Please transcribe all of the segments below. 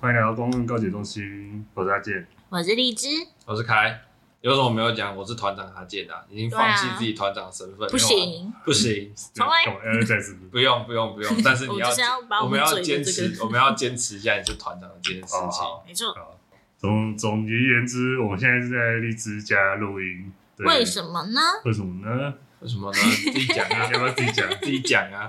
欢迎来到公共告解中心，我是阿健。我是荔枝，我是凯，有什么没有讲？我是团长阿健的、啊，已经放弃对啊自己团长身份，不啊行，不行，重来懂了再次不用不用不 用，但是你我要就是要把我我们们嘴要的坚这持个，我们要坚持一下你是团长的这件事哦情。好没错。好。总总结言之，我们现在是在荔枝家录音。对为什么呢？为什么呢？为什么呢？自己讲你 啊，要不要自己讲？自己讲啊。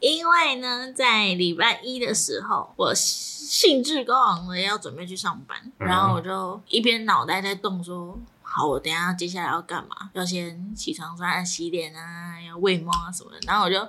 因为呢，在礼拜一的时候，我兴致高昂的要准备去上班，嗯然后我就一边脑袋在动说。好，我等一下接下来要干嘛？要先起床刷牙、洗脸啊，要喂猫啊什么的。然后我就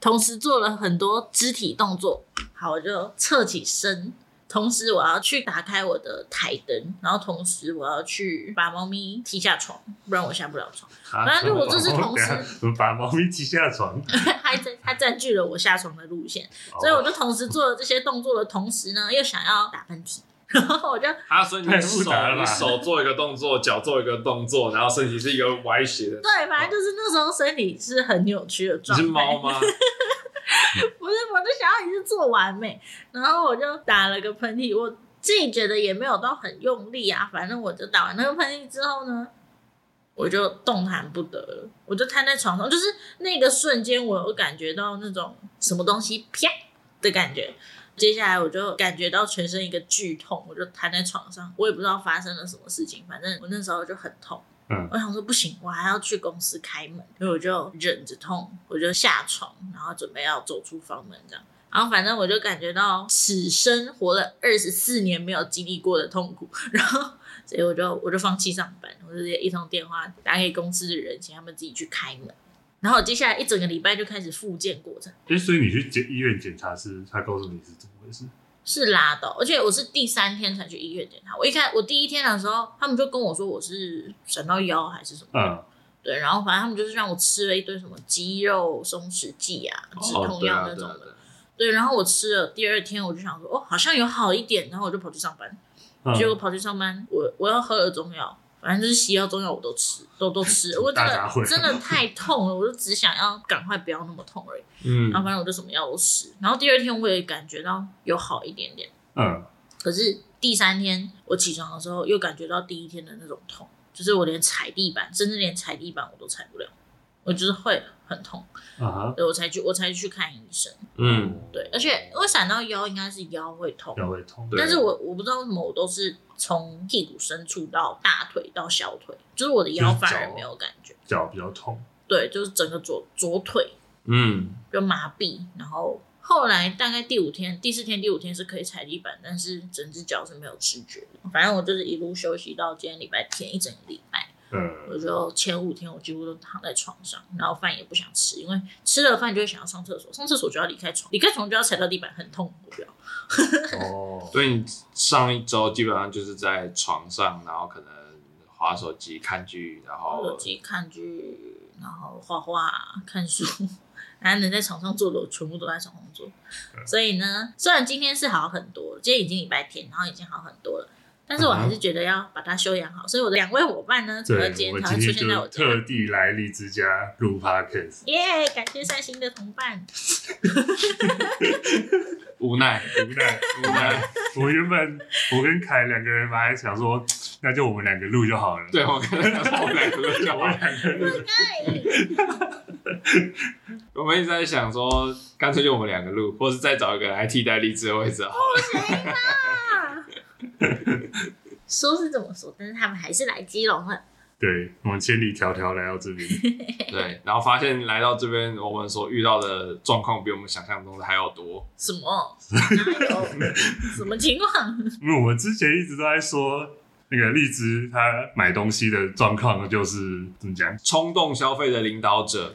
同时做了很多肢体动作。好，我就侧起身，同时我要去打开我的台灯，然后同时我要去把猫咪踢下床，不然我下不了床。反正就我这是同时等一下，啊 我把猫咪踢下 床，还在它占据了我下床的路线。所以我就同时做了这些动作的同时呢，又想要打喷嚏， 然后我就啊，所以你太复手杂了吧你手做一个动作，脚做一个动作，然后身体是一个歪斜的。对，反正就是那时候身体是很扭曲的你状态。是 猫？吗？不是，我就想要一次做完美，然后我就打了个喷嚏，我自己觉得也没有到很用力啊，反正我就打完那个喷嚏之后呢。我就动弹不得了，我就瘫在床上，就是那个瞬间，我有感觉到那种什么东西啪的感觉。接下来我就感觉到全身一个剧痛，我就瘫在床上，我也不知道发生了什么事情，反正我那时候就很痛。嗯我想说不行，我还要去公司开门，所以我就忍着痛，我就下床，然后准备要走出房门这样。然后反正我就感觉到此生活了二十四年没有经历过的痛苦，然后所以我就我就放弃上班，我就直接一通电话打给公司的人，请他们自己去开门。然后我接下来一整个礼拜就开始复健过程，哎、所以你去检医院检查是，他告诉你是怎么回事？是拉倒，而且我是第三天才去医院检查。我一开我第一天的时候，他们就跟我说我是闪到腰还是什么的，嗯，对，然后反正他们就是让我吃了一堆什么肌肉松弛剂啊、止哦，痛对药啊，那对种啊，的。对啊对，然后我吃了，第二天我就想说，哦，好像有好一点，然后我就跑去上班。嗯结果跑去上班，我我要喝了中药，反正就是西药、中药我都吃，都都吃。 我真大杂的烩真的太痛了，我就只想要赶快不要那么痛而已。嗯然后反正我就什么药都吃，然后第二天我也感觉到有好一点点，嗯，可是第三天我起床的时候又感觉到第一天的那种痛，就是我连踩地板，甚至连踩地板我都踩不了，我就是会很痛，啊哈，所以我才去我才去看医生。嗯，对，而且我闪到腰应该是腰会痛，腰会痛，对但是我我不知道为什么我都是从屁股深处到大腿到小腿，就是我的腰反而没有感觉。脚比较痛，对，就是整个左左腿嗯，就麻痹，然后后来大概第五天、第四天、第五天是可以踩地板，但是整只脚是没有知觉的。反正我就是一路休息到今天礼拜天一整个礼拜，我嗯，就前五天我几乎都躺在床上，然后饭也不想吃，因为吃了饭就会想要上厕所，上厕所就要离开床，离开床就要踩到地板，很痛，我不要。 哦，所以你上一周基本上就是在床上，然后可能划手机、看剧，然手后机看剧，然后画画、看书，然后能在床上做的，我全部都在床上做。嗯所以呢，虽然今天是好很多，今天已经礼拜天，然后已经好很多了，但是我还是觉得要把它修养好。所以我的两位伙伴呢，除了嗯对，今我们天才今会出天现在我就家。特地来荔枝家录 podcast，耶感谢善心的同伴。无奈无奈无奈， 我原本我跟凯两个人本来想说，那就我们两个录就好了。对我跟他说我们两个就好我们两个录，对，我们一直在想说，干脆就我们两个录，或是再找一个人来替代荔枝的位置好了。啊说是这么说，但是他们还是来基隆了。对，我们千里迢迢来到这边， 对，然后发现来到这边，我们所遇到的状况比我们想象中的还要多。什么？哪有？什么情况？ 因为我们之前一直都在说。那个荔枝，他买东西的状况就是怎么讲？ 冲动消费的领导者，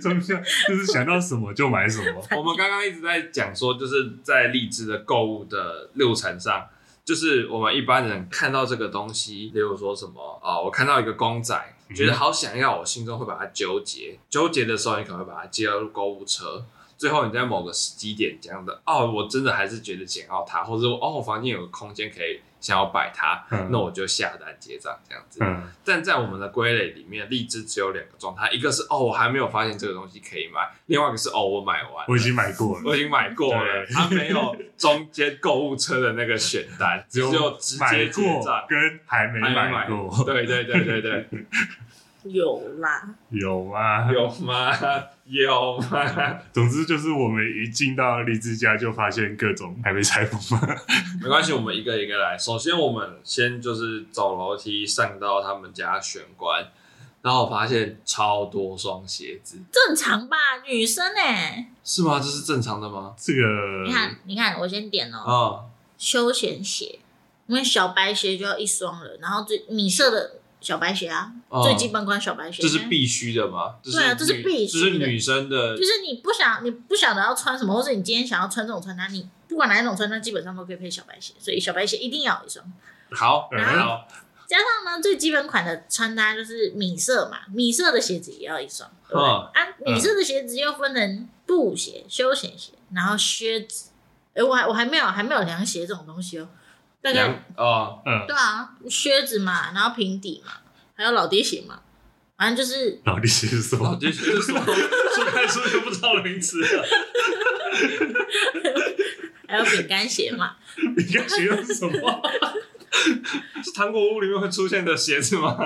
怎么讲？就是想到什么就买什么。我们刚刚一直在讲说，就是在荔枝的购物的流程上，就是我们一般人看到这个东西，例如说什么啊、我看到一个公仔，觉嗯得好想要，我心中会把它纠结，纠结的时候，你可能会把它接入购物车。最后你在某个时机点讲的，哦，我真的还是觉得想要它，或者我哦，我房间有个空间可以想要摆它， 嗯那我就下单结账这样子。嗯但在我们的归类里面，荔枝只有两个状态，一个是哦我还没有发现这个东西可以买，另外一个是哦我买完了，我已经买过了，我已经买过了，对它没有中间购物车的那个选单，只有直买接结过账。跟还没还没买买过，对对对对对，有啦，有啊，有吗？有吗？ 总之就是我们一进到荔枝家就发现各种还没拆封嘛，没关系，我们一个一个来。首先，我们先就是走楼梯上到他们家玄关，然后我发现超多双鞋子，正常吧，女生哎、是吗？这是正常的吗？这个你看，你看，我先点哦、啊、休闲鞋，因为小白鞋就要一双了，然后最米色的小白鞋啊，嗯最基本款小白鞋，这是必须的吗？这是对啊这是女必须这的是女生的就，是你不想你不晓得要穿什么，或者你今天想要穿这种穿搭，你不管哪一种穿搭，基本上都可以配小白鞋，所以小白鞋一定要有一双。好嗯好，加上呢，最基本款的穿搭就是米色嘛，米色的鞋子也要一双。对不对嗯啊，米色的鞋子又分成布鞋、休闲鞋，然后靴子。哎、我还我还没有还没有凉鞋这种东西哦，大概两哦，嗯，对啊，靴子嘛，然后平底嘛，还有老爹鞋嘛，反正就是老弟是什哦么？ 就是说说开说就不知道名词啊了，还有饼干鞋 嘛，你该学的是什 么？是糖果屋里面会出现的鞋子吗？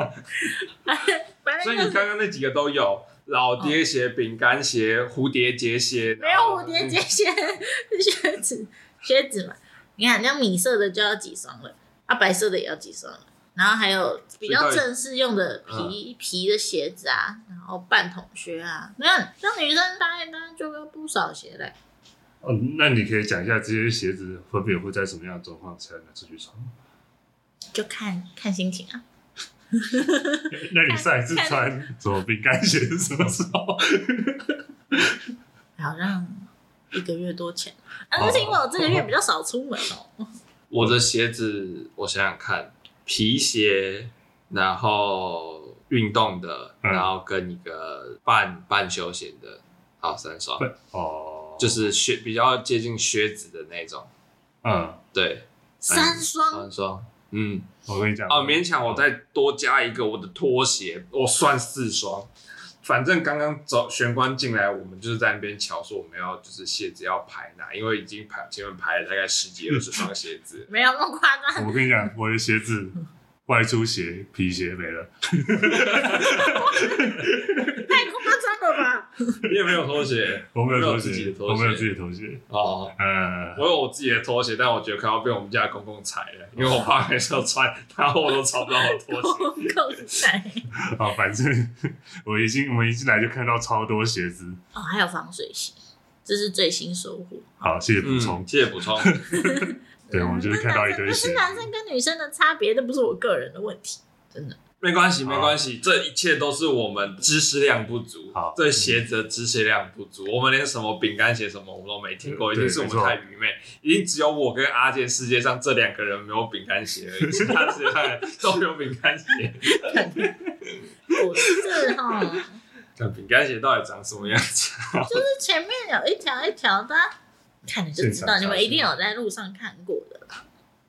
反正所以就你哎是刚刚那几个都有，老爹鞋、饼干鞋、蝴蝶结鞋，没有蝴蝶结鞋、 靴子、靴子嘛。你看，那米色的就要几双了，啊，白色的也要几双了，然后还有比较正式用的嗯皮皮的鞋子啊，然后半筒靴啊。你看，像女生搭一搭就有不少鞋嘞。嗯，那你可以讲一下这些鞋子分别会在什么样的状况才拿出去穿？就看看心情啊， 那你上一次穿什么饼干鞋是什么时候？好像一个月多前，啊，哦但是因为我这个月比较少出门哎哦，我的鞋子，我想想看，皮鞋，然后运动的，嗯然后跟一个半半休闲的，好三双， 哦，就是靴比较接近靴子的那种，嗯，对，三双，三双，嗯，我跟你讲，哦，勉强我再多加一个我的拖鞋，我算四双。反正刚刚走玄关进来，我们就是在那边瞧，说我们要就是鞋子要排哪，因为已经排前面排了大概十几二十双鞋子没有那么夸张，我跟你讲，我的鞋 子。外出鞋、皮鞋没了，太夸张了吧？ 你也没有拖鞋我没有拖我没有自己鞋的，拖鞋我没有自己的拖鞋。 哦。呃，我有我自己的拖鞋，但我觉得快要被我们家的公公踩了，因为我爸每次都穿，然后我都找不到我拖鞋。够够晒。啊，反正我一进我一进来就看到超多鞋子。哦，还有防水鞋，这是最新收获。好，谢谢补充。谢 嗯谢补充。对，我们就是看到一堆可鞋是。男生跟女生的差别，这不是我个人的问题，真的。没关系，没关系，这一切都是我们知识量不足好，对鞋子的知识量不足，我们连什么饼干鞋什么我们都没听嗯过，一定是我对们没错太愚昧，一定只有我跟阿健世界上这两个人没有饼干 鞋而已，其他世界上人都有饼干鞋。不是哈，就看饼干鞋到底长什么样子？ 是前面有一条一条的啊，看你就知道，你们一定有在路上看过的啦。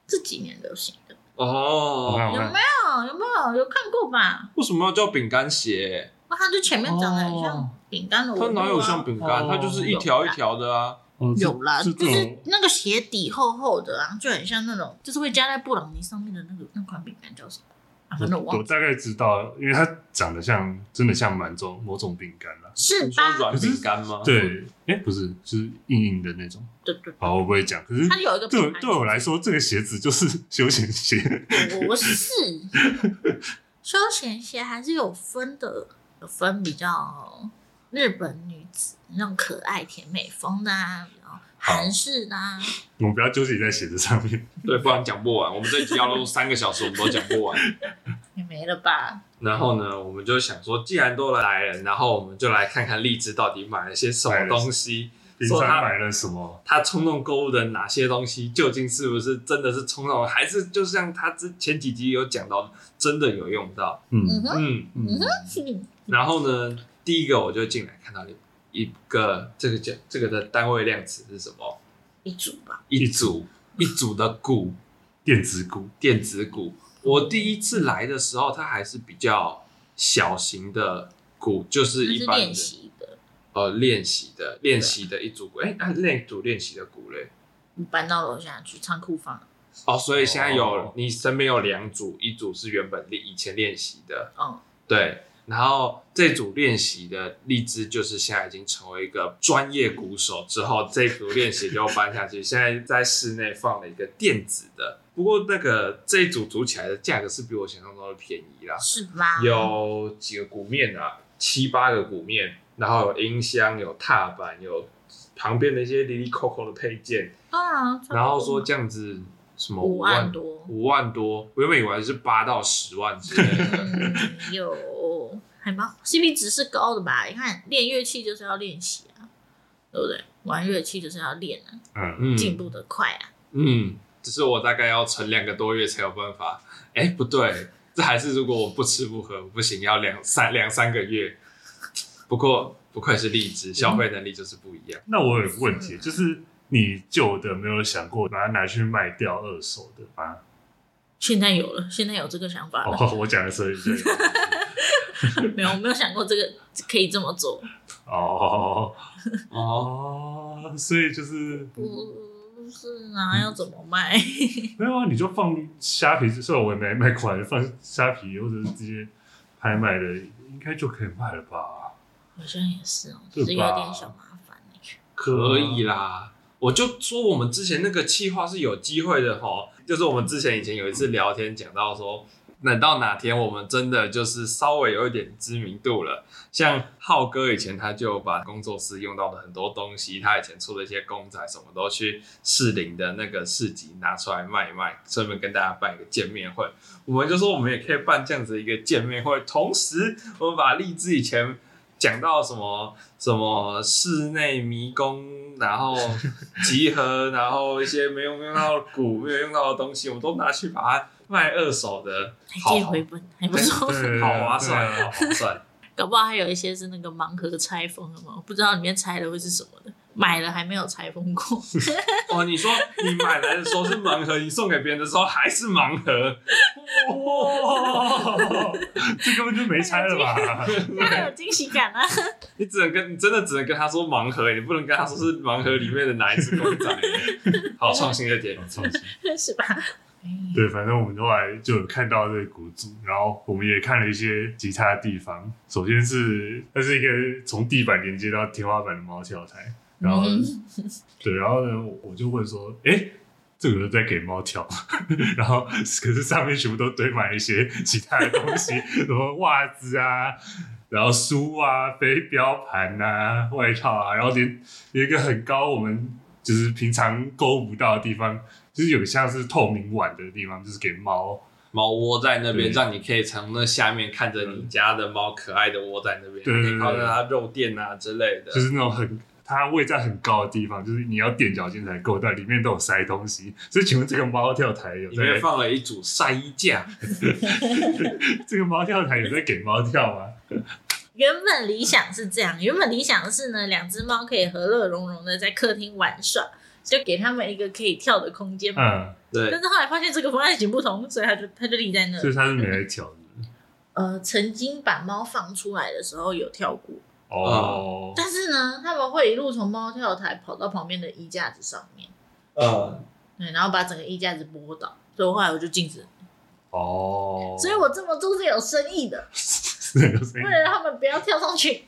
这几年流行的，我看哦，我有看没，有？有没有？有看过吧？为什么要叫饼干鞋？哇，它就前面长得很哦像饼干的它纹路啊。哪有像饼干？哦它就是一条一条的啊。哦是有啦，是就这是种那个鞋底厚厚的啊，就很像那种，就是会加在布朗尼上面的那个那款饼干叫什么？啊，反正我忘我了，大概知道，因为它长得像，真的像蛮种某种饼干啦。是你说吧？软饼干吗？，对，哎，不是，就是硬硬的那种。对对，好，我不会讲。可是它有一个对品我牌，对我来说，这个鞋子就是 休闲鞋。 我我是休闲鞋还是有分的，有分比较日本女子那种可爱甜美风的啊，然后韩式的啊，我们不要纠结在鞋子上面。对，不然讲不完。我们这一集要录三个小时，我们都讲不完。也没了吧？然后呢，我们就想说，既然都来了，然后我们就来看看荔枝到底买了些什么东西。平说常他买了什么？他冲动购物的哪些东西，究竟是不是真的是冲动，还是就像他之前几集有讲到，真的有用到？嗯嗯哼，嗯，嗯，哼然后呢，第一个我就进来看到一个这个叫这个的单位量词是什么？一组吧，一组一组的鼓，电子股，电子股。我第一次来的时候，它还是比较小型的股，就是那一是般练的习的，呃练习的练习的一组股。哎，那练组练习的股嘞？你搬到楼下去仓库放。哦，所以现在有、哦你身边有两组，一组是原本练以前练习的，嗯，对，然后这组练习的荔枝就是现在已经成为一个专业鼓手之后，这组练习就搬下去， 现在在室内放了一个电子的，不过那个这一组组起来的价格是比我想象中的便宜啦，是吧？有几个鼓面啊，七八个鼓面，然后有音箱，有踏板，有旁边的一些零零扣扣的配件，啊，差不多然后说这样子什么五万万多五万多，我原本以为是八到十万之类 的。嗯有，还蛮 CP 值是高的吧？你看练乐器就是要练习啊，对不对？玩乐器就是要练啊，嗯，嗯进步的快啊。嗯，只是我大概要存两个多月才有办法。哎、不对，这还是如果我不吃不喝不行，要两三两三个月。不过不愧是荔枝，消费能力就是不一样。那我有个问题，是就是你旧的没有想过把它拿去卖掉二手的吗？现在有了，现在有这个想法了。哦，我讲的是对的。 没有，我没有想过这个可以这么做。哦哦，哦，所以就是不是啊，要怎么卖？ 没有啊，你就放虾皮，虽然我也没卖过来，放虾皮或者是直接拍卖的，应该就可以卖了吧？好像也是哦，对只吧是有点小麻烦欸。可以啦。我就说我们之前那个计划是有机会的哈，就是我们之前以前有一次聊天讲到说，等到哪天我们真的就是稍微有一点知名度了，像浩哥以前他就把工作室用到的很多东西，他以前出的一些公仔什么都去士林的那个市集拿出来卖一卖，顺便跟大家办一个见面会。我们就说我们也可以办这样子一个见面会，同时我们把荔枝以前讲到什么 什么室内迷宫，然后集合，然后一些没有用到的鼓没有用到的东西，我们都拿去把它卖二手的，还好可以回本，还不错。对 好划算，对好啊划算。 搞不好还有一些是那个盲盒拆封的嘛，我不知道里面拆的会是什么的，买了还没有拆封过。哦，你说你买来的时候是盲盒，你送给别人的时候还是盲盒，哦，这根本就没拆了 吧？那有惊喜感啊！你只能跟你真的只能跟他说盲盒，你不能跟他说是盲盒里面的哪一只公仔。好创新的点，创新 是吧？对，反正我们后来就有看到这个股主，然后我们也看了一些其他地方。首先是它是一个从地板连接到天花板的毛跳台，然后、嗯对，然后呢，我我就问说，诶，这个在给猫跳， 然后可是上面全部都堆满一些其他的东西，什么袜子啊，然后书啊、飞镖盘啊、外套啊，然后连有一个很高，我们就是平常勾不到的地方，就是有像是透明碗的地方，就是给猫。猫窝在那对边，让你可以从那下面看着你家的猫可爱的窝在那边，对对可以对靠着它肉垫啊之类的。就是那种很它位在很高的地方，就是你要垫脚尖才够到，里面都有塞东西。所以请问这个猫跳台有里在面放了一组晒衣架，这个猫跳台有在给猫跳吗？原本理想是这样，原本理想是呢，两只猫可以和乐融融的在客厅玩耍，就给它们一个可以跳的空间嘛。嗯，对但，是后来发现这个方案行不通，所以它就它就立在那所以里。它是没在跳的。呃，曾经把猫放出来的时候有跳过，哦，嗯但是呢，他们会一路从猫跳台跑到旁边的衣架子上面，呃，对，然后把整个衣架子拨倒。所以后来我就禁止，哦，所以我这么做是有深意的，是有声为音了让他们不要跳上去。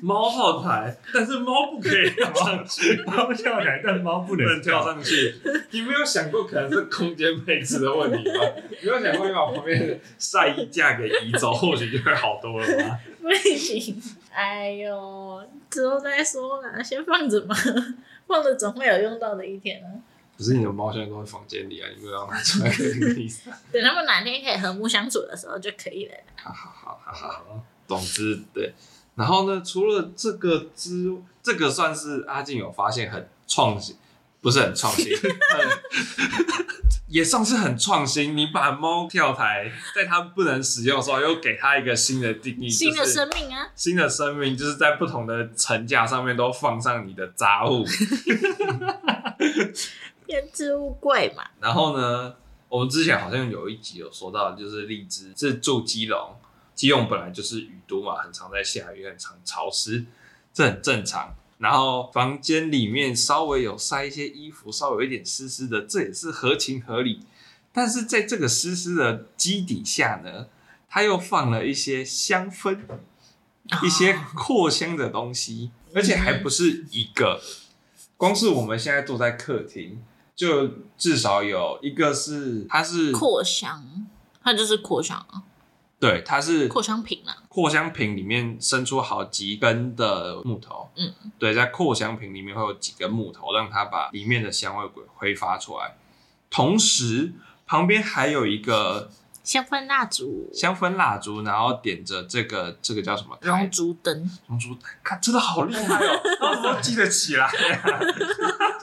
猫后台，但是猫不可以跳上 去，猫跳台，但猫不不能能跳。上去。你没有想过可能是空间配置的问题吗？ 没有想过你把旁边的晒衣架给移走，或许就会好多了 吗？不行，哎呦，之后再说啦，先放着吧， 放着总会有用到的一天啊。不是你的猫现在都在房间里啊，你没有让它出来的那个意思。等他们哪天可以和睦相处的时候就可以了。啊好好好好好，总之对。然后呢，除了这个之，这个算是阿静有发现很创新，不是很创新，很也算是很创新。你把猫跳台在它不能使用的时候，又给它一个新的定义，新的就是生命啊，新的生命，就是在不同的层架上面都放上你的杂物。变置物柜嘛。然后呢，我们之前好像有一集有说到，就是荔枝是住基隆，基隆本来就是雨都嘛，很常在下雨，很常潮湿，这很正常。然后房间里面稍微有塞一些衣服，稍微有一点湿湿的，这也是合情合理。但是在这个湿湿的基底下呢，它又放了一些香氛，一些扩香的东西，而且还不是一个。光是我们现在坐在客厅，就至少有一个是它是扩香，它就是扩香啊，对，它是扩香瓶啊。扩香瓶里面伸出好几根的木头，嗯，对，在扩香瓶里面会有几根木头，让它把里面的香味鬼挥发出来。同时，旁边还有一个香氛蜡烛、香氛蜡烛，然后点着这个这个叫什么？熔烛灯，龙珠，哎看真的好厉 害哦！我怎么记得起来 呀、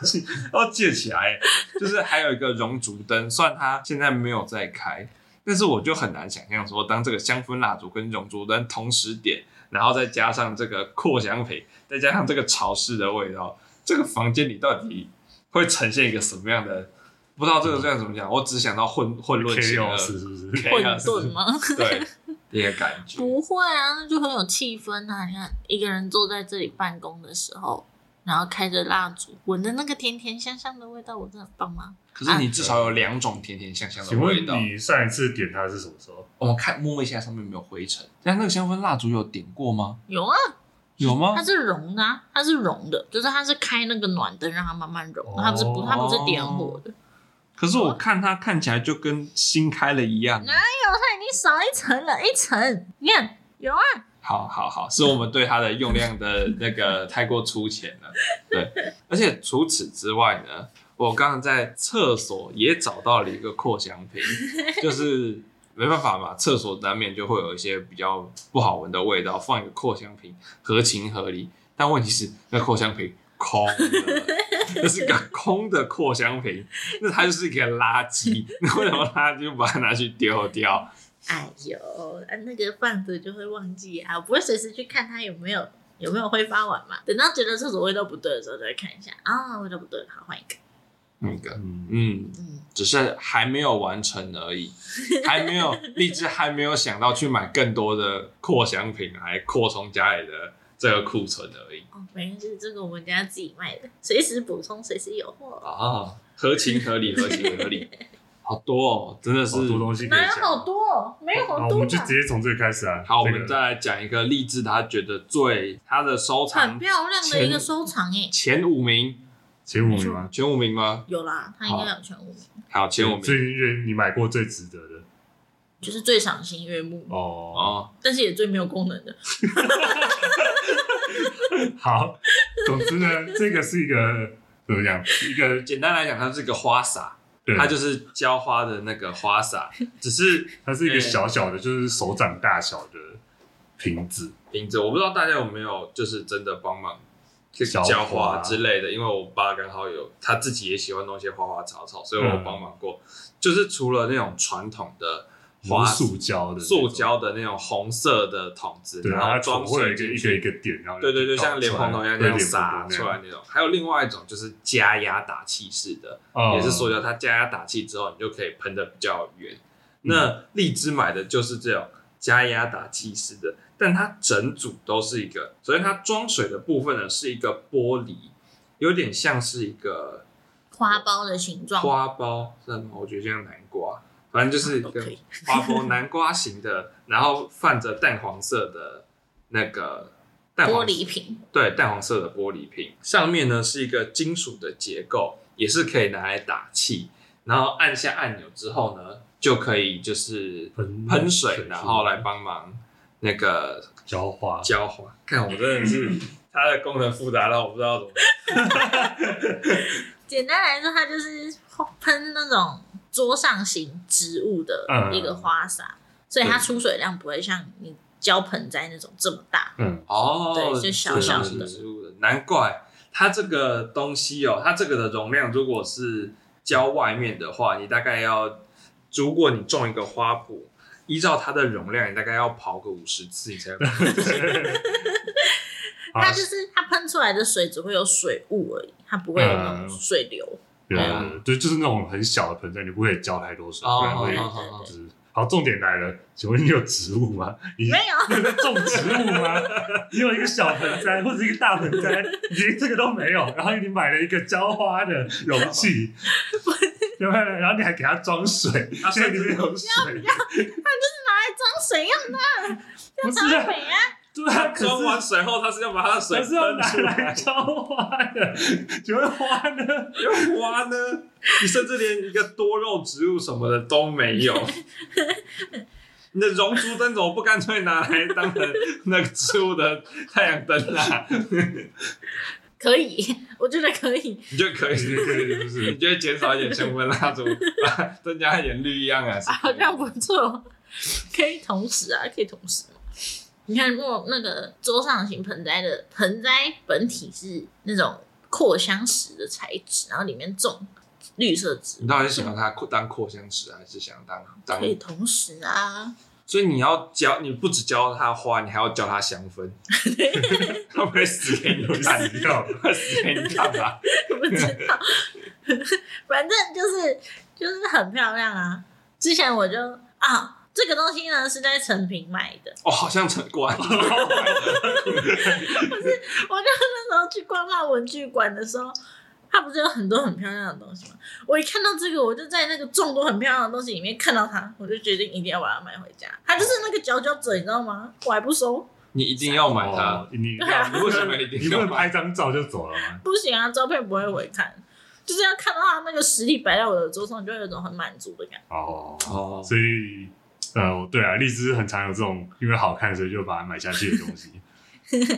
记要记得起来。就是还有一个熔烛灯，虽然它现在没有在开，但是我就很难想象说，当这个香氛蜡烛跟熔烛灯同时点，然后再加上这个扩香瓶，再加上这个潮湿的味道，这个房间里到底会呈现一个什么样的？不知道这个算怎么讲，我只想到混混乱邪恶 Chaos 是不是？混 chaos 沌吗？对，一个感 觉。不会啊，那就很有气氛啊！你看，一个人坐在这里办公的时候，然后开着蜡烛，闻着那个甜甜香香的味道，我真的很棒啊吗？可是你至少有两种甜甜香香的请味问道。哦你上一次点它是什么时候？我们看摸一下上面有没有灰尘。那那个香氛蜡烛有点过吗？有啊，有吗它？是融的、啊，它是融的，就是它是开那个暖灯让它慢慢融，哦它不是不它不是点火的，可是我看它看起来就跟新开了一样。它已经少一层了，一层，你看有啊，好好好，是我们对它的用量的那个太过粗浅了。对，而且除此之外呢，我刚刚在厕所也找到了一个扩香瓶，就是没办法嘛，厕所难免就会有一些比较不好闻的味道，放一个扩香瓶合情合理。但问题是，那扩香瓶空的，那是个空的扩香瓶，那它就是一个垃圾。那为什么垃圾就把它拿去丢掉？哎呦，啊那个放着就会忘记啊，我不会随时去看它有没有有没有挥发完嘛，等到觉得厕所味道不对的时候就会看一下啊，味道不对，好换一个，那个，嗯，嗯，嗯。只是还没有完成而已，还没有荔枝还没有想到去买更多的扩香品来扩充家里的这个库存而已哦，没事，这个我们家自己卖的，随时补充，随时有货。哦啊，合情合理，合情合理，好多哦，真的是好多东西可以哪有讲。好多哦？没有好好，我多们就直吧？接从这个开始啊。好，我这个们再来讲一个荔枝，他觉得最他的收很藏漂亮的一个收藏诶，前五名，前五名吗？前五名吗？有啦，它应该有前五名，好，前五最名近你买过最值得的就是最赏心悦目，哦。哦，但是也最没有功能的。好，总之呢，这个是一个怎么讲？一个简单来讲，它是一个花洒，对，它就是浇花的那个花洒，只是它是一呃个小小的，就是手掌大小的瓶子。瓶子，我不知道大家有没有就是真的帮忙去浇浇花花之类的，因为我爸刚好有他自己也喜欢弄一些花花草草，所以我有嗯帮忙过。就是除了那种传统的花花塑胶的那塑种，胶的那种红色的桶子，对，然它后总装会有水一个进一个一去。个点，然后对对对，倒出来像莲蓬头一样那对莲样蓬头撒那样出来那种，还有另外一种就是加压打气式的，哦也是塑胶，它加压打气之后，你就可以喷的比较远。那荔枝买的就是这种加压打气式的，但它整组都是一个，首先它装水的部分呢是一个玻璃，有点像是一个花苞的形状，花苞，是吗？我觉得像南瓜，反正就是一都个可以花苞南瓜型的，然后泛着淡黄色的那个淡黄玻璃瓶，对，淡黄色的玻璃瓶，上面呢是一个金属的结构，也是可以拿来打气。然后按下按钮之后呢，就可以就是喷喷水水，然后来帮忙那个浇花，浇花。看，我真的是它的功能复杂到我不知道怎么。简单来说，它就是喷那种桌上型植物的嗯一个花洒，所以它出水量不会像你浇盆栽那种这么大。嗯，哦，对就小小的是的植物的，难怪它这个东西哦，它这个的容量如果是浇外面的话，你大概要，如果你种一个花圃，依照它的容量，你大概要跑个五十次，你才好啊嗯它就是它喷出来的水只会有水雾而已，它不会有那种水流。对啊嗯，对，就是那种很小的盆栽，你不可以浇太多水，不然哦会哦哦哦就是。好，重点来了，请问你有植物吗？你 没有，你在种植物吗？你有一个小盆栽或者一个大盆栽，你连这个都没有，然后你买了一个浇花的容器，对不对？然后你还给它装水，啊现在里面有水，拿来装水用的，不是装啊？水啊。对啊，可装完是水后，他是要把他的水可是要分拿出来 来。浇花的， 请问花呢？有花呢，你甚至连一个多肉植物什么的都没有。你的熔烛灯怎么不干脆拿来当成那个植物的太阳灯啊？可以，我觉得可以。你就可以，对，就是 你就会减少一点啊香氛蜡烛，把 增加一点绿意啊，是 好像不错，可以同时啊，可以同时。你看，如果那个桌上型盆栽的盆栽本体是那种扩香石的材质，然后里面种绿色植你物，到底是想要它扩当扩香石，还是想要当当可？以同时啊。所以你要教，你不只教它花，你还要教它香氛， 它不会死给你有看，死掉。会死给你看啊吧？不知道，反正就是就是很漂亮啊。之前我就啊，这个东西呢是在成品买的，哦，好像成果，我就那时候去逛到文具馆的时候，它不是有很多很漂亮的东西吗？我一看到这个，我就在那个众多很漂亮的东西里面看到它，我就决定一定要把它买回家。它就是那个佼佼者，你知道吗？我还不收，你一定要买它哦。 你对啊你为什么一定你不要能拍买？张照就走了吗？不行啊，照片不会回看，就是要看到它那个实体摆在我的桌上，就会有一种很满足的感觉。哦，哦，所以呃，对啊，荔枝很常有这种因为好看所以就把它买下去的东 西。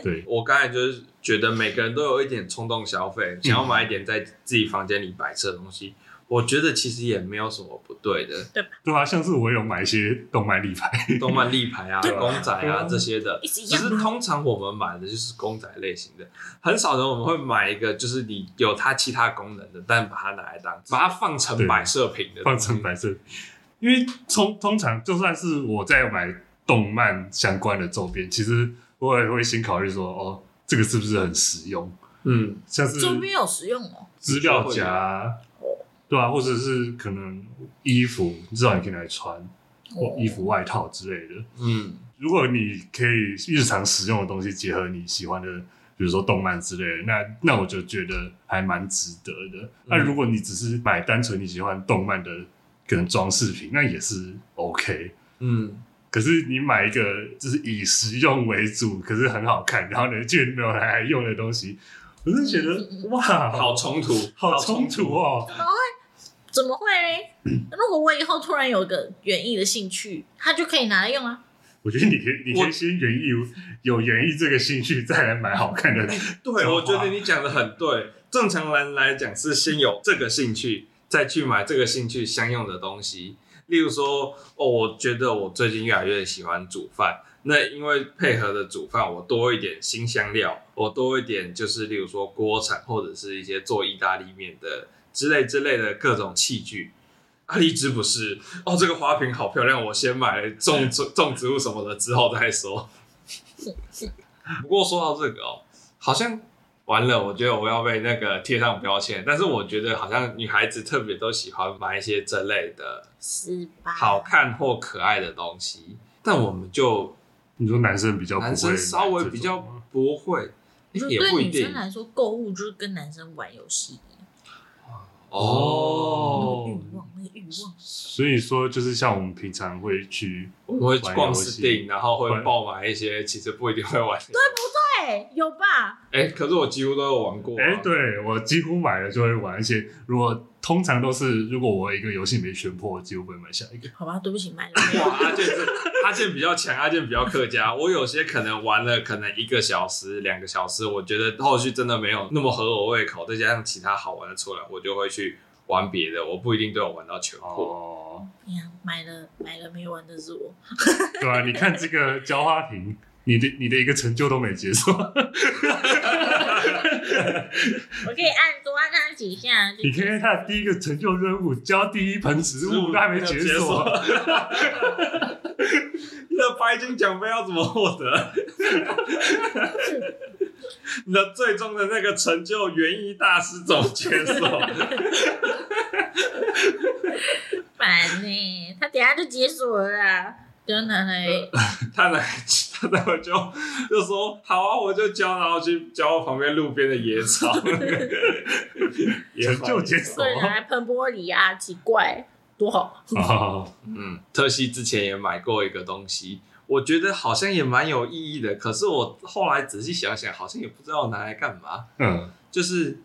对，我刚才就是觉得每个人都有一点冲动消费，想要买一点在自己房间里摆设的东西。我觉得其实也没有什么不对的，对啊，像是我有买一些动漫立牌，动漫立牌啊、对啊公仔对啊啊这些的。一直一只样是通常我们买的就是公仔类型的，很少人我们会买一个就是你有它其他功能的，但把它拿来当把它放成对摆设品的东放西，成白色，因为通通常就算是我在买动漫相关的周边，其实我也会先考虑说，哦，这个是不是很实用？嗯，像是周边有实用哦，资料夹啊，对啊，或者是可能衣服，至少你可以来穿，哦或衣服、外套之类的。嗯，如果你可以日常使用的东西结合你喜欢的，比如说动漫之类的，那那我就觉得还蛮值得嗯的。那、如果你只是买单纯你喜欢动漫的可能装饰品，那也是 OK。嗯，可是你买一个就是以实用为主，可是很好看，然后呢却没有拿来用的东西，我是觉得、嗯哇，好冲突，好冲突哦。怎么会嘞？如果我以后突然有个园艺的兴趣，它就可以拿来用啊。我觉得你可以，你可嗯我以先园艺有园艺这个兴趣，再来买好看的。对，中华我觉得你讲的很对。正常人来讲是先有这个兴趣，再去买这个兴趣相用的东西。例如说，哦，我觉得我最近越来越喜欢煮饭，那因为配合的煮饭，我多一点新香料，我多一点就是例如说锅铲或者是一些做意大利面的之类之类的各种器具。啊，荔枝不是哦，这个花瓶好漂亮，我先买了种植种植物什么的之后再说。不过说到这个哦，好像完了，我觉得我要被那个贴上标签。但是我觉得好像女孩子特别都喜欢买一些这类的是吧？好，看或可爱的东西，但我们就你说男生比较不会男生稍微比较买这种吗不会，就也不对一女生啊定来说，购物就是跟男生玩游戏一样，哦。哦欲望那个欲望。所以说，就是像我们平常会去，我们会玩逛游市戏定，然后会玩爆买一些其实不一定会玩的。对，有吧？哎、可是我几乎都有玩过、啊。哎、对我几乎买了就会玩，而且如果通常都是，如果我一个游戏没全破，我几乎不会买下一 个。好吧，对不起，买了。哇，阿健是阿健比较强，阿健比较客家。我有些可能玩了可能一个小时、两个小时，我觉得后续真的没有那么合我胃口，再加上其他好玩的出来，我就会去玩别的。我不一定都有玩到全破。哦，哎呀，买了买了没玩的是我，对啊，你看这个浇花瓶，你的你的一个成就都没解锁， 我可以按多按它几下。就你看看他的第一个成就任务，浇第一盆植物都还没解锁，。 那白金奖杯要怎么获得？你的最终的那个成就，园艺大师总选手。烦呢、他等下就解锁了啦。就拿 来，他来，他待会就就说好啊，我就教，然后去教旁边路边的野草，成就解锁对，拿来喷玻璃啊，奇怪，多好。 哦，嗯，特西之前也买过一个东西，我觉得好像也蛮有意义的，可是我后来仔细想想，好像也不知道拿来干嘛。嗯，就是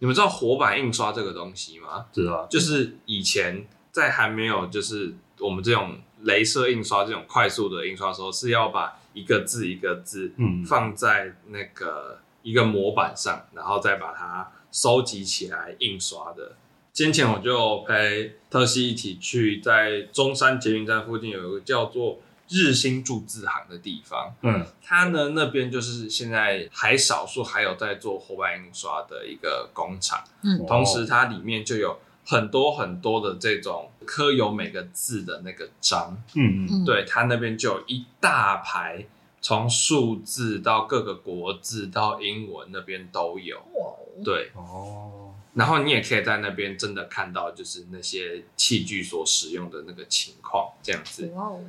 你们知道活版印刷这个东西吗？知道，就是以前在还没有就是我们这种镭射印刷这种快速的印刷的时候，是要把一个字一个字嗯放在那个一个模板上，然后再把它收集起来印刷的。先前我就陪特西一起去在中山捷运站附近有一个叫做日新注字行的地方，嗯它呢那边就是现在还少数还有在做活版印刷的一个工厂。哦同时它里面就有很多很多的这种刻有每个字的那个章，嗯嗯嗯，对，它那边就有一大排，从数字到各个国字到英文那边都有，哇，对，哦，然后你也可以在那边真的看到就是那些器具所使用的那个情况，这样子，哇哦，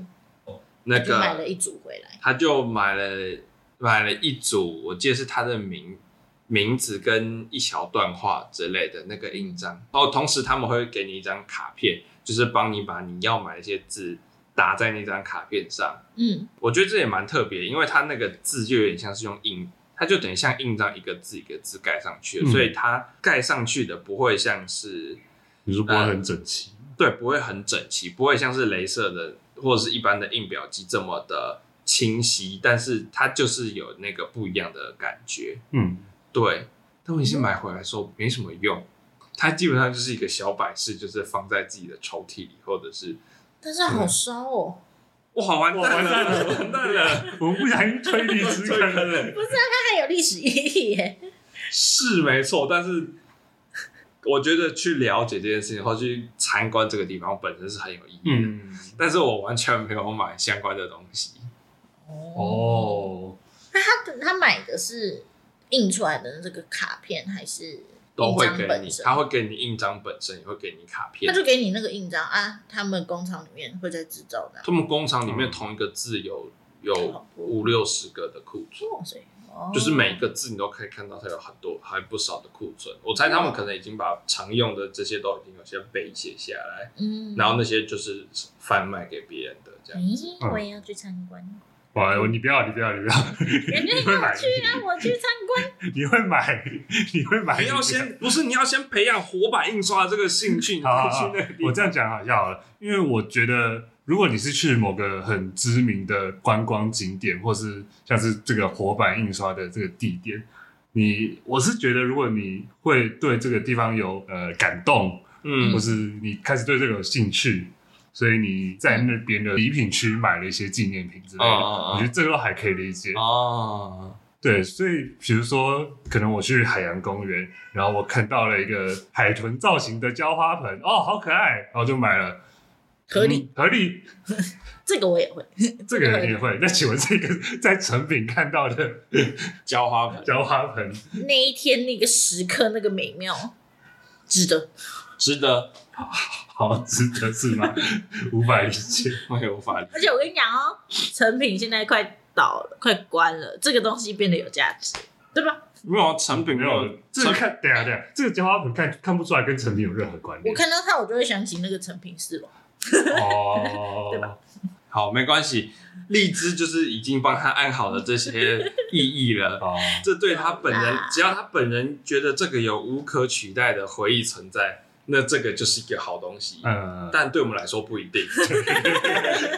那就买了个一组回来。他就买了买了一组，我记得是他的名。名字跟一小段话之类的那个印章，哦，同时他们会给你一张卡片，就是帮你把你要买的一些字打在那张卡片上。嗯，我觉得这也蛮特别，因为它那个字就有点像是用印，它就等于像印章一个字一个字盖上去嗯的，所以它盖上去的不会像是你说不会很整齐，对，不会很整齐，不会像是镭射的或者是一般的印表机这么的清晰，但是它就是有那个不一样的感觉。嗯，对，但问题是买回来说没什么用，它基本上就是一个小摆饰，就是放在自己的抽屉里，或者是但是好烧哦。哇完蛋哇完蛋了，了 完蛋了，我们不小心推理之推坑坑了，了。它还有历史意义耶。是没错，但是我觉得去了解这件事情或去参观这个地方本身是很有意义的。嗯，但是我完全没有买相关的东西，哦，那他他买的是印出来的这个卡片，还是都会印章给你本，身他会给你印章本身，也会给你卡他片。就给你那个印章啊？他们工厂里面会在制造的啊。他们工厂里面同一个字有嗯有五六十个的库存，哇塞！哦就是每一个字你都可以看到它有很多还不少的库存。我嗯猜他们可能已经把常用的这些都已经有些背写下来，嗯，然后那些嗯就是贩卖给别人的这样。咦，我也要去参观，哇，你不要，你不要，你不要， 人家你要会买我去 啊，我去参观。你会买，你会嗯买，你要先不是你要先培养活版印刷的这个兴趣，你好好再好去那个地我方。这样讲好像好了，因为我觉得，如果你是去某个很知名的观光景点，或是像是这个活版印刷的这个地点，你我是觉得，如果你会对这个地方有呃感动，或嗯，是你开始对这个有兴趣，所以你在嗯那边的礼品区买了一些纪念品之类的，嗯嗯嗯我觉得这个都还可以理解。哦，对，所以比如说，可能我去海洋公园，然后我看到了一个海豚造型的浇花盆，哦，好可爱，然后就买了。合理，嗯合理，这个我也会。这个人也会。那请问这个在成品看到的 浇花盆浇花盆，那一天那个时刻那个美妙，值得。值得，好值得是吗？五百一件，我也无法理解而且我跟你讲哦，成品现在快倒了，快关了，这个东西变得有价值，对吧？没有成品没嗯没有有这个看，等一下等一下，这个浇花盆看看不出来跟成品有任何关我联看到它，我就会想起那个成品四楼。 哦，对吧？好，没关系。荔枝就是已经帮他按好了这些意义了，哦，这对他本有人啦，只要他本人觉得这个有无可取代的回忆存在，那这个就是一个好东西。嗯但对我们来说不一 定。嗯，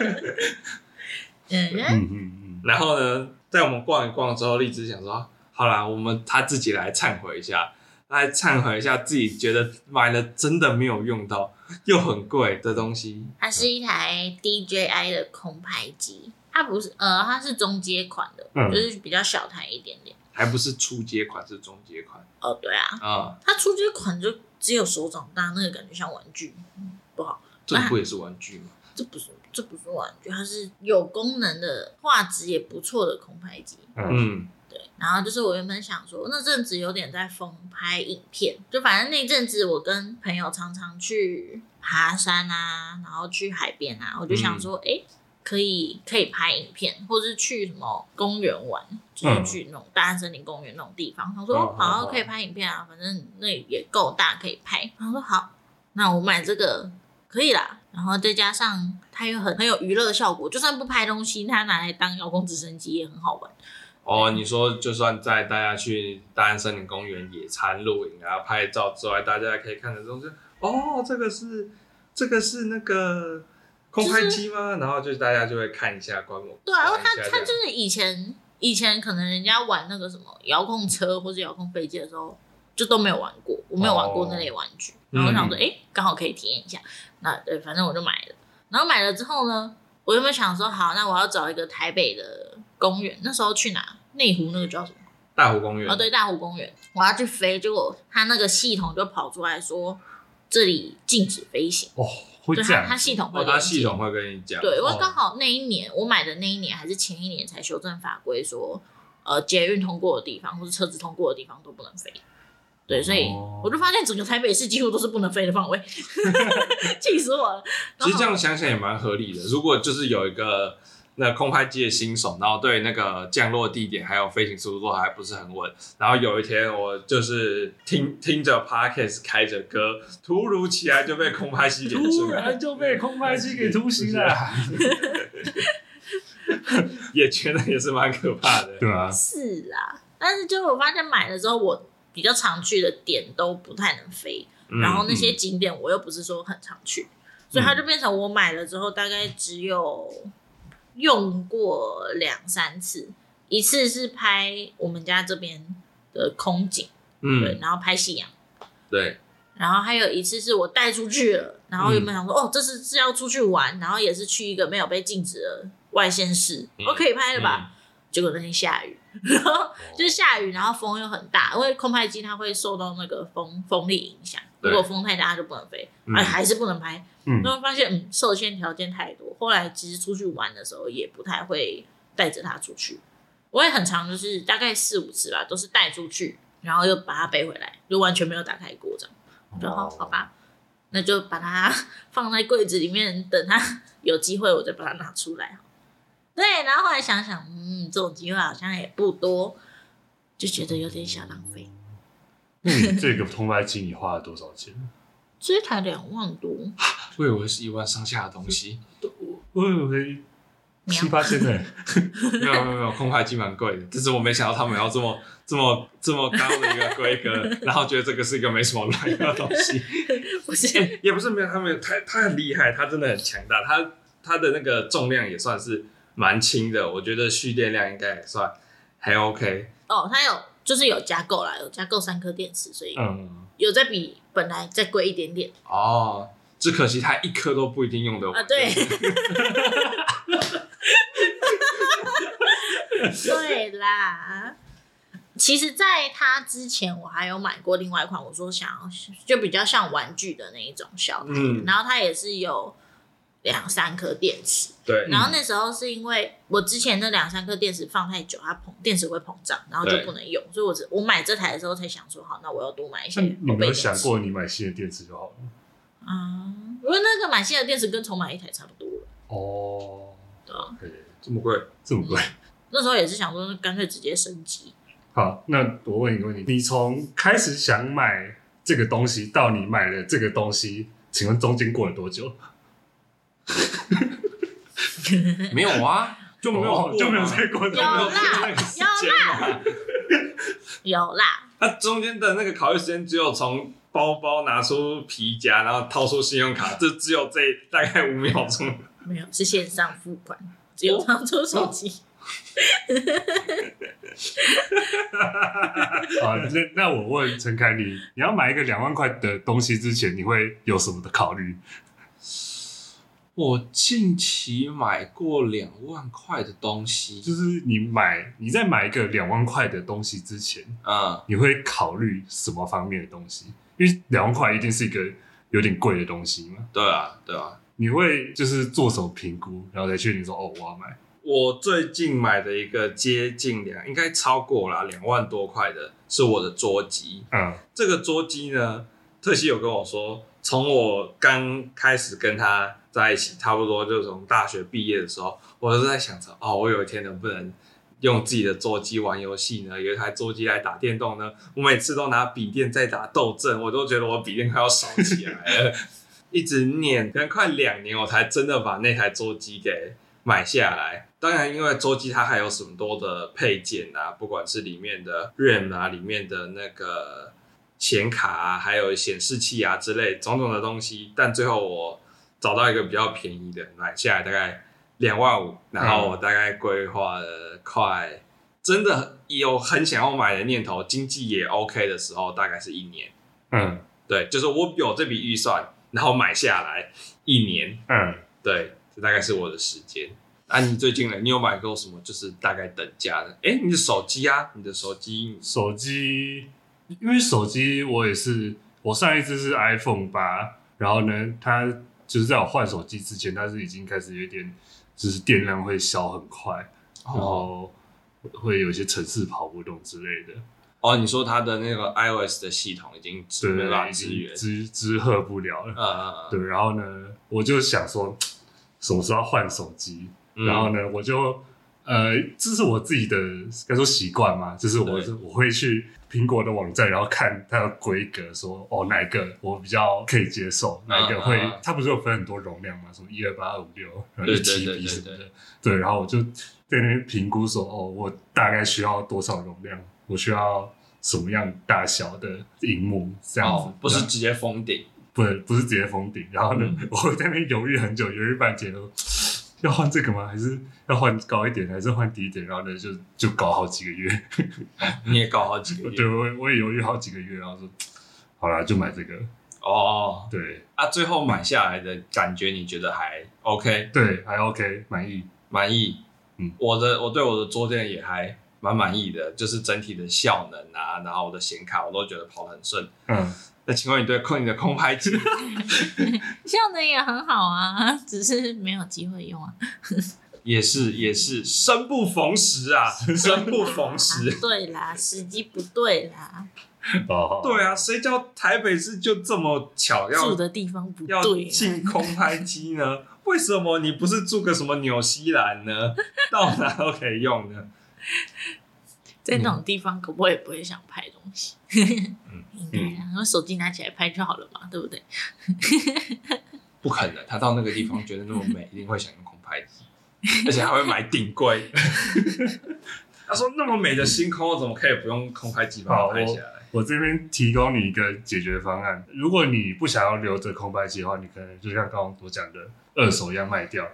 嗯嗯嗯，然后呢，在我们逛一逛之后，荔枝想说，好啦，我们他自己来忏悔一下，来忏悔一下自己觉得买了真的没有用到又很贵的东西。它是一台 DJI 的空拍机，它不是呃，它是中阶款的，嗯就是比较小台一点点。还不是初阶款，是中阶款哦，对啊，啊，它出街款就只有手掌大，那个感觉像玩具，嗯不好。这不也是玩具吗？这不是这不是玩具，它是有功能的，画质也不错的空拍机。嗯嗯，对，然后就是我原本想说，那阵子有点在疯拍影片，就反正那阵子我跟朋友常常去爬山啊，然后去海边啊，我就想说，哎、可以可以拍影片，或是去什么公园玩，就是嗯去那种大安森林公园那种地方。他说，哦哦好好，好可以拍影片啊，反正那也够大，可以拍。他说好，那我买这个可以啦。然后再加上它又很很有娱乐效果，就算不拍东西，它拿来当遥控直升机也很好玩。哦，你说就算带大家去大安森林公园野餐露营啊，拍照之外，大家可以看得东西。哦，这个是这个是那个空拍机吗？然后就大家就会看一下观摩。对啊，然后玩一他下这他样就是以前以前可能人家玩那个什么遥控车或者遥控飞机的时候，就都没有玩过，我没有玩过那类玩具。然后我想说，哦嗯哎、刚好可以体验一下。那对，反正我就买了。然后买了之后呢，我原本想说，好，那我要找一个台北的公园。那时候去哪？内湖那个叫什么？大湖公园哦，对，大湖公园，我要去飞，结果他那个系统就跑出来说，这里禁止飞行。哦，会对，这他样他系统会哦，连接、他系统会跟你讲。对，我哦刚好那一年我买的那一年还是前一年才修正法规说，呃，捷运通过的地方或是车子通过的地方都不能飞。对，所以哦我就发现整个台北市几乎都是不能飞的范围，气死我了。然其实这后样想想也蛮合理的。如果就是有一个那空拍机的新手，然后对那个降落地点还有飞行速度都还不是很稳，然后有一天我就是听听着 podcast 开着歌，突如其来就被空拍机点突中了，然就被空拍机给突袭了， 也觉得也是蛮可怕 的。对啊，是啦，但是就我发现买了之后，我比较常去的点都不太能飞，嗯然后那些景点我又不是说很常去，所以它就变成我买了之后大概只有用过两三次，一次是拍我们家这边的空景，对，嗯，然后拍夕阳，对，然后还有一次是我带出去了，然后原本想嗯说、哦，这次是要出去玩，然后也是去一个没有被禁止的外县市，哦嗯我、可以拍了吧？结果那天下雨， 然后哦就是下雨，然后风又很大，因为空拍机它会受到那个风风力影响，对如果风太大它就不能飞，嗯哎、还是不能拍。嗯然后发现嗯，受限条件太多。后来其实出去玩的时候也不太会带着它出去，我也很常就是大概四五次吧，都是带出去，然后又把它背回来，就完全没有打开过这样。然后好吧，那就把它 放在柜子里面，等它有机会我再把它拿出来。对，然后后来想想，嗯，这种机会好像也不多，就觉得有点小浪费。那你这个空拍机你花了多少钱？所以才两万多，我以为是一万上下的东西，我以为七八千呢， 没有没有没有，空拍机蛮贵的，只是我没想到他们要这么 这么这么高的一个规格， 然后觉得这个是一个没什么卵用的东西。不是？欸 也不是没有，他没有，他他很厉害，他真的很强大，他他的那个重量也算是蛮轻的，我觉得蓄电量应该也算还 OK。哦，它有就是有加购啦，有加购三颗电池，所以 嗯，有再比本来再贵一点点哦，只可惜他一颗都不一定用得完。啊。对，对啦。其实，在它之前，我还有买过另外一款，我说想要就比较像玩具的那一种小台的，嗯然后它也是有两三颗电池，对，嗯然后那时候是因为我之前那两三颗电池放太久，它膨电池会膨胀，然后就对不能用，所以我只我买这台的时候才想说，好，那我要多买一些那嗯你后备电池。没有想过你买新的电池就好了？啊？因为那个买新的电池跟重买一台差不多了，哦，对啊对，这 么贵，这么贵。那时候也是想说，那干脆直接升级。好，那我问一个问题：你从开始想买这个东西到你买了这个东西，请问中间过了多久？没有啊，就没有过哦嘛就没有再过就多没有有久。啦过那个时间嘛。有啦，那中间的那个考虑时间只有从。包包拿出皮夹，然后掏出信用卡，这只有这大概五秒钟。没有是线上付款，只有当做手机。 啊，那那我问陈凯，你你要买一个两万块的东西之前，你会有什么的考虑？我近期买过两万块的东西，就是你买你在买一个两万块的东西之前，嗯，你会考虑什么方面的东西？因为两万块一定是一个有点贵的东西嘛，对啊，对啊，你会就是做什么评估，然后再确定说哦我要买。我最近买的一个接近两，应该超过啦两万多块的，是我的桌机。嗯这个桌机呢，特西有跟我说，从我刚开始跟他在一起，差不多就从大学毕业的时候，我就在想着，哦，我有一天能不能用自己的桌机玩游戏呢？有一台桌机来打电动呢？我每次都拿笔电在打斗阵，我都觉得我笔电快要烧起来了，一直念，可能快两年，我才真的把那台桌机给买下来。当然，因为桌机它还有很多的配件啊，不管是里面的 RAM 啊，里面的那个显卡啊，还有显示器啊之类种种的东西。但最后我找到一个比较便宜的，买下来大概两万五，然后我大概规划了快，真的有很想要买的念头，经济也 OK 的时候，大概是一年。嗯对，就是我有这笔预算，然后买下来一年，嗯，对，这大概是我的时间。啊，你最近呢？你有买过什么？就是大概等价的？哎、你的手机啊，你的手机，手机，因为手机我也是，我上一只是 iPhone 八，然后呢，它就是在我换手机之前，它是已经开始有点，就是电量会消很快，哦然后会有一些城市跑不动之类的，哦，你说它的那个 iOS 的系统已经支没办对，法已支援经，支支喝不了了。嗯嗯嗯，对，然后呢，我就想说，什么时候要换手机？嗯然后呢，我就呃，这是我自己的该说习惯嘛，就是我对是我会去苹果的网站，然后看它的规格说，哦哪一个我比较可以接受，哪一个会，嗯嗯它不是有分很多容量嘛，什么一二八二五六，然后对一对七对比对什么对的，对，然后我就在那边评估说，哦，我大概需要多少容量，我需要什么样大小的荧幕这样子，啊哦，不然是后直接封顶，不能不是直接封顶。然后呢，嗯我在那边犹豫很久，犹豫半天，我要换这个吗？还是要换高一点，还是换低一点？然后呢，就就搞好几个月，你也搞好几个对月我也我也犹豫好几个月，然后说好啦，就买这个。哦。对啊，最后买下来的感觉，你觉得还 OK，对，还 OK，满意。满意？嗯，我的我对我的桌垫也还蛮满意的，就是整体的效能啊，然后我的显卡我都觉得跑得很顺。 嗯，那请问你对空你的空拍 机 效能也很好啊，只是没有机会用啊。也是也是生不逢时啊， 生不逢时。啊对啦，时机不对啦，哦，对啊，谁叫台北市就这么巧要住的地方不要对啊，进空拍机呢？为什么你不是住个什么纽西兰呢？到哪都可以用呢？在那种地方，可我也不会想拍东西。 应该啊，我手机拿起来拍就好了嘛，对不对？不可能，他到那个地方觉得那么美，一定会想用空拍 机，而且还会买顶柜。 他说：“那么美的星空，我怎么可以不用空拍机把好，它我拍下来？我这边提供你一个解决方案。如果你不想要留着空白机的话，你可能就像刚刚我讲的，二手要卖掉。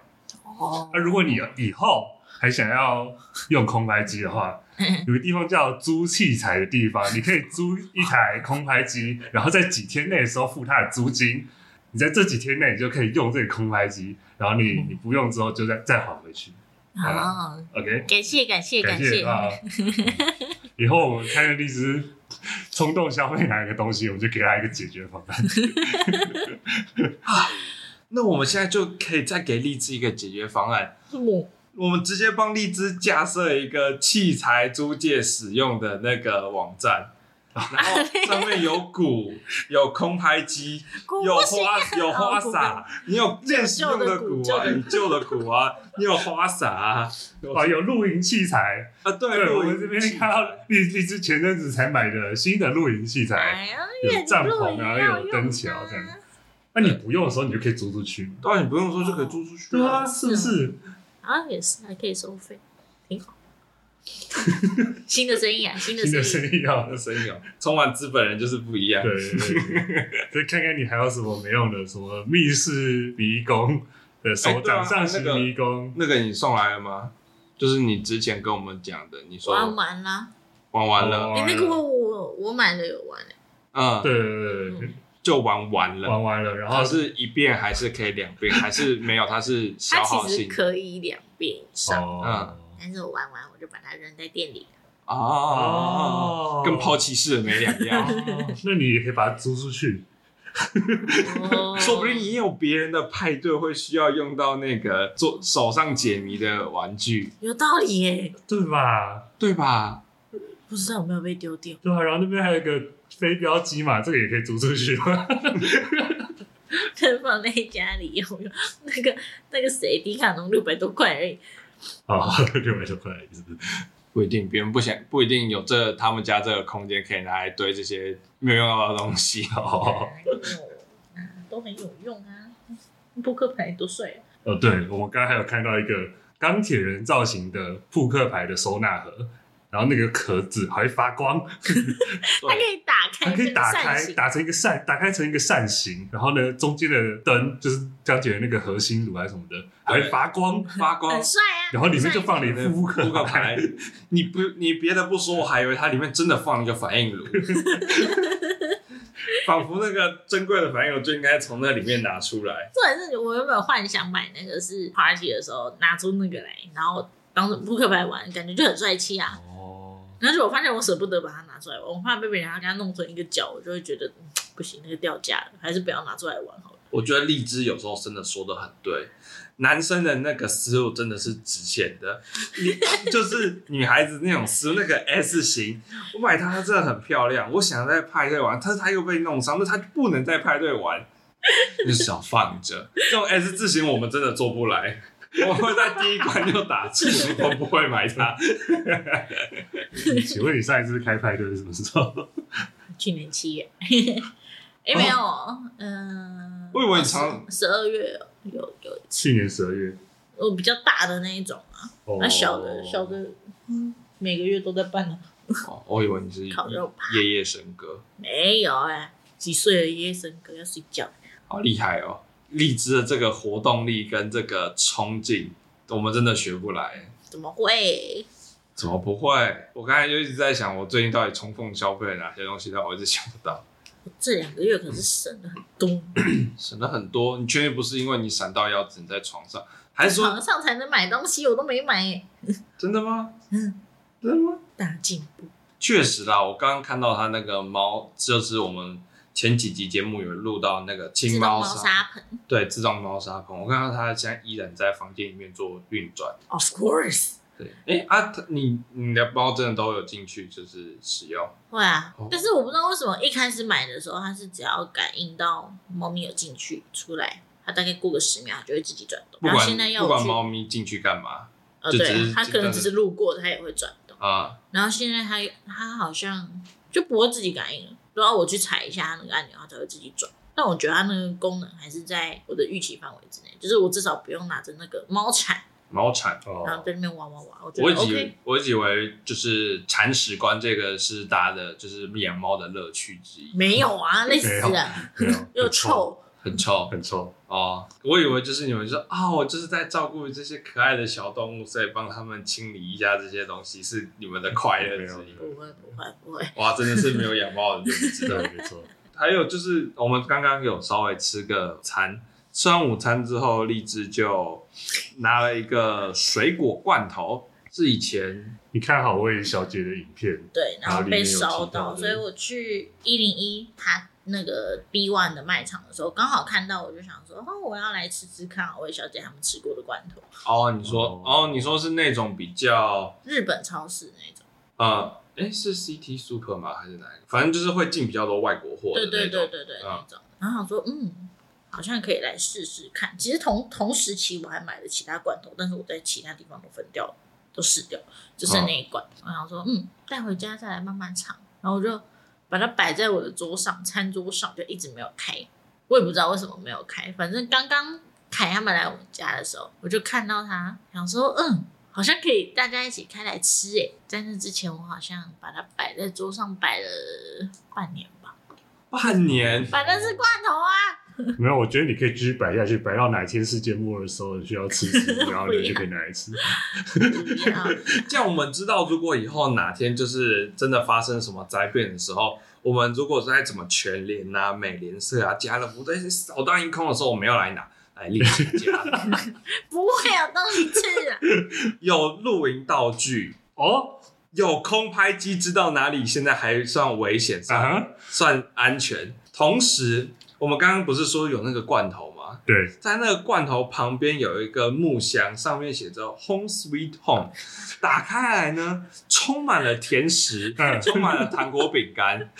哦那、，如果你以后还想要用空拍机的 话，有个地方叫租器材的地方，你可以租一台空拍机，然后在几天内收付它的租金。你在这几天内，你就可以用这个空拍机，然后你嗯你不用之后就再再还回去。好， OK，啊感谢感谢感感谢， 啊！以后我们看见荔枝冲动消费哪一个东西，我们就给他一个解决方 案。那我们现在就可以再给荔枝一个解决方案，我我们直接帮荔枝架设一个器材租借使用的那个网 站，然后上面有鼓，有空拍机，鼓有 不行花有花鼓洒，你有练习用的鼓旧啊，的鼓你旧的鼓啊，你有花洒啊，有啊，有露营器材，啊，对，对，录我音们这边器材看到荔荔枝前阵子才买的新的露营器材，哎呀，有越帐录篷越啊，要有灯用桥啊这样。那你不用的时候，你就可以租出去。当啊然你不用说就可以租出去，对啊，是不是？啊，也是还可以收费，挺好。新的生意啊，新的新的生生意，意啊，那声音哦，充满资本人就是不一样，对对对，再看看你还有什么没用的，什么密室迷宫的手对掌啊上型那个迷宫，那个你送来了吗？就是你之前跟我们讲的，你说玩完啦。玩完了，哦哎，那个我我我买了有玩欸嗯，对对对对就玩完了。玩完了，然它后是一遍还是可以两 遍，还是没有？它是消它耗其实性可以两遍以上，哦但是我玩完我就把它扔在店里。啊，跟抛弃式的没两 样。哦那你也可以把它租出去，哦 说不定也有别人的派对会需要用到那个做手上解谜的玩具，有道理耶，对吧？对吧？不知道有没有被丢掉。 对啊，然后那边还有一个飞镖机嘛，这个也可以租出去 吗？但放在家里用用，那个那个谁，迪卡侬六百多块而已，哦，六百多块是不是？不一定，别人不想不一定有这他们家这个空间可以拿来堆这些没有用到的东西。哦哎呦啊都很有用啊。扑克牌多帅啊！哦，对，我们刚刚还有看到一个钢铁人造型的扑克牌的收纳盒，然后那个壳子还会发光，它可对，以打它开，可以打扇开，形打成一个扇，打开成一个扇形，然后呢，中间的灯就是钢铁人那个核心炉还是什么的，还会发光，发光很。帅啊。然后里面就很帅放了一副扑扑克克牌哦牌，，哎你不你别的不说，我还以为它里面真的放了一个反应炉，仿佛那个珍贵的反应炉就应该从那里面拿出来。重点是我原本幻想买那个是 party 的时候拿出那个来，然后当成扑克牌玩，感觉就很帅气啊。哦，但是我发现我舍不得把它拿出来玩，我怕被别人家给它弄成一个角，我就会觉得、嗯不行，那个掉价了，还是不要拿出来玩好了。我觉得荔枝有时候真的说的很对，男生的那个思路真的是值钱的，你 就是女孩子那种思路，那个 S 型，我买它它真的很漂亮，我想在派对玩，但是它又被弄伤，那它就不能在派对玩，就想放着。这种 S 字型我们真的做不来。 我会在第一关就打住，我不会买它。 请问你上一次开派对是什么时候？去年七月， 哎、没有，哦嗯、我以为你常十二月有有一次，去年十二月。我比较大的那一种啊，哦那小的小的，嗯，每个月都在办啊，哦，我以为你是烤肉趴夜夜笙歌，没有哎、几岁的夜生哥要睡觉，好厉害哦！荔枝的这个活动力跟这个冲劲，我们真的学不来。怎么会？怎么不会？我刚才就一直在想，我最近到底冲动消费了哪些东西，但我一直想不到， 这两个月可是省了很多，省了很多。你确定不是因为你闪到腰子你在床上，还是说床上才能买东西，我都没买耶，真的吗？嗯，真的吗？大进步。确实啦，我刚刚看到他那个猫，就是我们前几集节目有录到那个自清动猫猫砂，砂盆对，自动猫砂盆。我看到它现在依然在房间里面做运转。 ，Of course，对，哎、啊，它你你的猫真的都有进去就是使用，会啊哦。但是我不知道为什么一开始买的时候，它是只要感应到猫咪有进去出来，它大概过个十秒它就会自己转动。不然后管现在要不我管去，猫咪进去干嘛呃，就只是对，它可能只只是路过，它也会转动。啊、然后现在它它好像就不会自己感应了，然后我去踩一下它那个按钮，它才会自己转。但我觉得它那个功能还是在我的预期范围之内，就是我至少不用拿着那个猫铲，猫铲。然后哦，在那边玩玩玩。我觉我一得直以 OK 为。我一直以为就是铲屎官这个是大家的，就是养猫的乐趣之一，没 有啊，累死没了，没有，又啊很臭，臭。很臭很臭。哦。我以为就是你们说啊，我就是在照顾这些可爱的小动物，所以帮他们清理一下这些东西是你们的快乐之没一有。不会不会不会，哇，真的是没有养猫的人就不知道对，。没错。还有就是我们刚刚有稍微吃个餐，吃完午餐之后，荔枝就拿了一个水果罐头，是以前你看好魏小姐的影片，对，然然后后里被面有烧提到到，的所以我去一零一他那个 B One 的卖场的时候，刚好看到，我就想说，哦，我要来吃吃看好味小姐他们吃过的罐头，哦，你说哦哦，你说是那种比较日本超市那种。呃，哎是 CT Super 吗？还是哪一个？反正就是会进比较多外国货对的对那对种。对对，嗯那种。然后想说，嗯，好像可以来试试看。其实同同时期我还买了其他罐头，但是我在其他地方都分掉了，都试掉，就剩那一罐。我想说，嗯，带回家再来慢慢尝。然后我就嗯把它摆在我的桌上，餐桌上就一直没有开。我也不知道为什么没有开，反正刚刚凯他们来我们家的时候，我就看到他，想说，嗯。好像可以大家一起开来吃诶、在那之前我好像把它摆在桌上摆了半年吧，半年，反正是罐头 啊，没有，我觉得你可以继续摆下去，摆到哪天世界末日的时候你需要吃吃，然后你就可以拿来吃。不要这样我们知道，如果以后哪天就是真的发生什么灾变的时候，我们如果在什么全联啊、美联社啊、家乐福这些扫荡一空的时候，我们要来拿来荔枝家。不会有东西吃啊，有露营道具，哦，有空拍机知道哪里现在还算危险，啊算、哈，算安全。同时，我们刚刚不是说有那个罐头吗？对，在那个罐头旁边有一个木箱，上面写着 “Home Sweet Home”。打开来呢，充满了甜食嗯，充满了糖果饼干。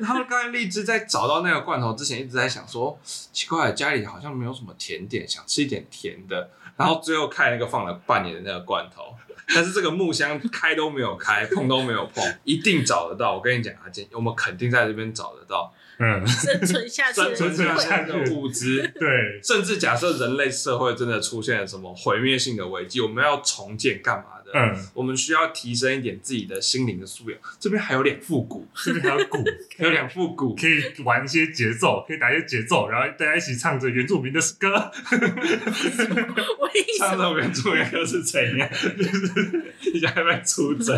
然后刚才荔枝在找到那个罐头之前，一直在想说，奇怪，家里好像没有什么甜点，想吃一点甜的。然后最后看那个放了半年的那个罐头，但是这个木箱开都没有开，碰都没有 碰，一定找得到。我跟你讲啊，今我们肯定在这边找得到，嗯，生存下去的生人生存存下下来的去物资。对，甚至假设人类社会真的出现了什么毁灭性的危机，我们要重建干嘛的？嗯，我们需要提升一点自己的心灵的素养。这边还有两副鼓，这边还有鼓， 还有两副鼓，可以玩一些节奏，可以打一些节奏，然后大家一起唱着原住民的歌， 我一上直周原住民歌是怎样？ 就是你家还在出征，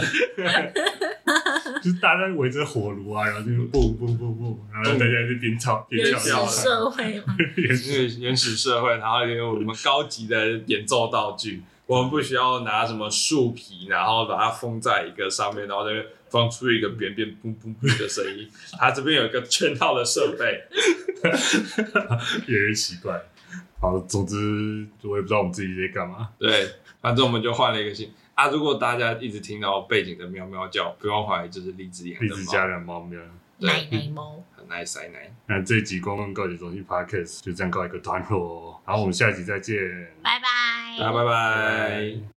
就是大家围着火炉啊，然后就蹦蹦蹦蹦，然后大家就边唱边原跳始边 唱，社会嘛，原因始为原始社会，然后有我们高级的演奏道具，我们不需要拿什么树皮，然后把它封在一个上面，然后在那边放出一个扁扁嘣嘣嘣的声音。它这边有一个全套的设备，越来越奇怪。好，总之我也不知道我们自己在干嘛。对，反正我们就换了一个新啊。如果大家一直听到背景的喵喵叫，不用怀疑，就是荔枝养荔的枝猫，家的猫喵。对奶奶猫，很耐塞奶。那这一集《光棍告解中心 Podcast》就这样告一个段落哦，然后我们下集再见，拜拜，大家拜拜。